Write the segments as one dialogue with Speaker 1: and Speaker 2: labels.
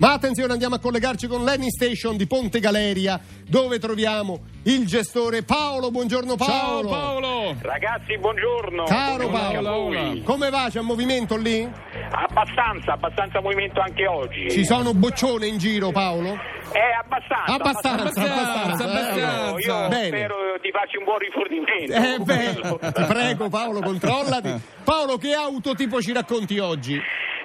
Speaker 1: Ma attenzione, andiamo a collegarci con l'Annie Station di Ponte Galeria, dove troviamo il gestore Paolo. Buongiorno Paolo.
Speaker 2: Ciao Paolo!
Speaker 3: Ragazzi, buongiorno.
Speaker 1: Caro
Speaker 3: Buongiorno
Speaker 1: Paolo.
Speaker 3: anche a voi.
Speaker 1: Come va? C'è un movimento lì?
Speaker 3: Abbastanza, abbastanza movimento anche oggi.
Speaker 1: Ci sono boccione in giro, Paolo?
Speaker 3: È abbastanza.
Speaker 1: Abbastanza, abbastanza.
Speaker 2: Abbastanza,
Speaker 1: eh, allora.
Speaker 3: abbastanza. Io
Speaker 1: Bene.
Speaker 3: spero di farci un buon rifornimento.
Speaker 1: Eh beh, ti prego Paolo, controllati. Paolo, che autotipo ci racconti oggi?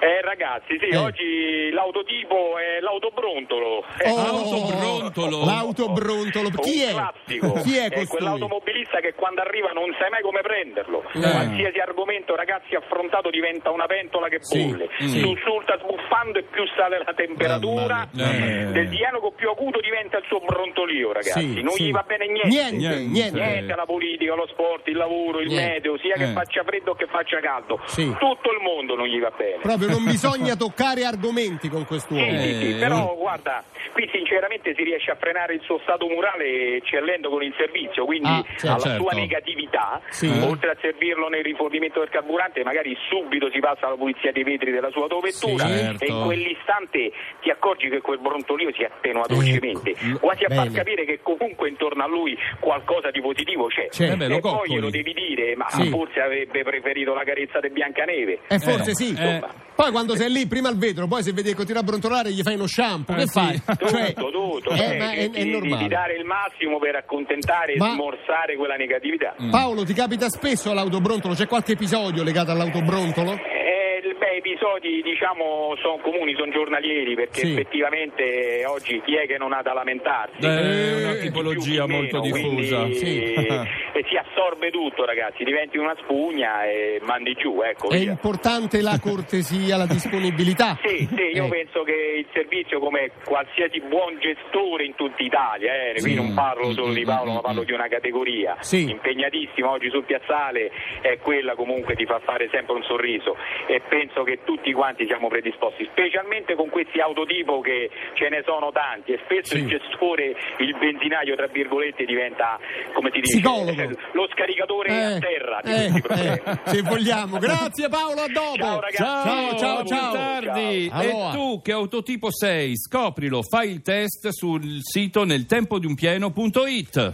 Speaker 3: Eh, ragazzi, sì,
Speaker 1: Eh.
Speaker 3: oggi l'autotipo è l'autobrontolo.
Speaker 2: Autobrontolo.
Speaker 1: Oh, L'autobrontolo. Chi
Speaker 3: un
Speaker 1: è?
Speaker 3: classico.
Speaker 1: Chi è
Speaker 3: È
Speaker 1: costui?
Speaker 3: quell'automobilista che quando arriva non sai mai come prenderlo.
Speaker 2: Eh.
Speaker 3: Qualsiasi argomento, ragazzi, affrontato diventa una pentola che
Speaker 1: Sì,
Speaker 3: bolle.
Speaker 2: sì.
Speaker 3: Sussulta sbuffando e più sale la temperatura
Speaker 1: Mamma
Speaker 2: mia. Eh.
Speaker 3: del dialogo più acuto diventa il suo brontolio, ragazzi.
Speaker 1: Sì,
Speaker 3: non
Speaker 1: sì.
Speaker 3: gli va bene
Speaker 1: Niente,
Speaker 3: niente.
Speaker 1: niente.
Speaker 2: Niente.
Speaker 3: Niente alla politica, allo sport, il lavoro, il
Speaker 1: Niente.
Speaker 3: meteo, sia che
Speaker 2: Eh.
Speaker 3: faccia freddo che faccia caldo.
Speaker 1: Sì.
Speaker 3: Tutto il mondo non gli va bene.
Speaker 1: Proprio non bisogna toccare argomenti con
Speaker 3: Sì,
Speaker 1: quest'uomo.
Speaker 2: Eh.
Speaker 3: sì, sì, però guarda, qui sinceramente si riesce a frenare il suo stato murale eccellendo con il servizio, quindi
Speaker 1: Ah, sì,
Speaker 3: alla
Speaker 2: certo.
Speaker 3: sua negatività,
Speaker 1: Sì.
Speaker 3: oltre a servirlo nel rifornimento del carburante, magari subito si passa alla pulizia dei vetri della sua autovettura
Speaker 2: Sì, certo.
Speaker 3: e in quell'istante ti accorgi che quel brontolio si attenua dolcemente,
Speaker 1: Ecco,
Speaker 3: quasi a far
Speaker 1: bene.
Speaker 3: capire che comunque intorno a lui qualcosa di positivo c'è.
Speaker 1: C'è. Eh
Speaker 2: beh, lo
Speaker 3: e poi
Speaker 2: coccoli.
Speaker 3: glielo devi dire, ma
Speaker 1: Sì.
Speaker 3: forse avrebbe preferito la carezza di Biancaneve.
Speaker 1: E forse
Speaker 2: Eh,
Speaker 1: sì.
Speaker 2: eh.
Speaker 1: Poi quando sei lì, prima al vetro, poi se vedi che continua a brontolare, gli fai uno shampoo.
Speaker 2: Eh,
Speaker 1: che
Speaker 2: sì.
Speaker 1: fai?
Speaker 3: Tutto,
Speaker 1: Cioè,
Speaker 3: tutto,
Speaker 1: eh,
Speaker 3: cioè,
Speaker 1: ma è,
Speaker 3: di-
Speaker 1: è
Speaker 3: di- di
Speaker 1: normale.
Speaker 3: dare il massimo per accontentare e
Speaker 1: Ma-
Speaker 3: smorzare quella negatività.
Speaker 2: Mm.
Speaker 1: Paolo, ti capita spesso l'autobrontolo? C'è qualche episodio legato all'autobrontolo?
Speaker 3: Eh, il- beh, episodi diciamo sono comuni, sono giornalieri perché
Speaker 1: Sì.
Speaker 3: effettivamente oggi chi è che non ha da lamentarsi?
Speaker 2: Eh, è una
Speaker 3: Chi più, chi
Speaker 2: tipologia
Speaker 3: meno,
Speaker 2: molto
Speaker 3: quindi,
Speaker 2: diffusa.
Speaker 1: Sì.
Speaker 3: e si assorbe tutto ragazzi, diventi una spugna e mandi giù, ecco.
Speaker 1: È
Speaker 3: via.
Speaker 1: importante la cortesia, la disponibilità.
Speaker 3: Sì, sì, io
Speaker 1: Eh,
Speaker 3: penso che il servizio come qualsiasi buon gestore in tutta Italia, eh, qui non parlo solo
Speaker 1: Mm,
Speaker 3: di Paolo ma parlo di una categoria
Speaker 1: Sì.
Speaker 3: impegnatissima oggi sul piazzale, è quella comunque ti fa fare sempre un sorriso e penso che tutti quanti siamo predisposti, specialmente con questi autotipo che ce ne sono tanti e spesso
Speaker 1: Sì.
Speaker 3: il gestore, il benzinaio tra virgolette diventa, come si dice,
Speaker 1: Psicologo.
Speaker 3: lo scaricatore
Speaker 1: eh,
Speaker 3: a terra di
Speaker 1: eh,
Speaker 3: questi problemi.
Speaker 1: eh, se vogliamo. Grazie Paolo, a dopo.
Speaker 3: Ciao, ragazzi.
Speaker 1: ciao, ciao.
Speaker 3: Buon
Speaker 1: ciao.
Speaker 2: tardi.
Speaker 1: Ciao. Allora.
Speaker 2: E tu che autotipo sei? Scoprilo, fai il test sul sito nel tempo di un pieno.it.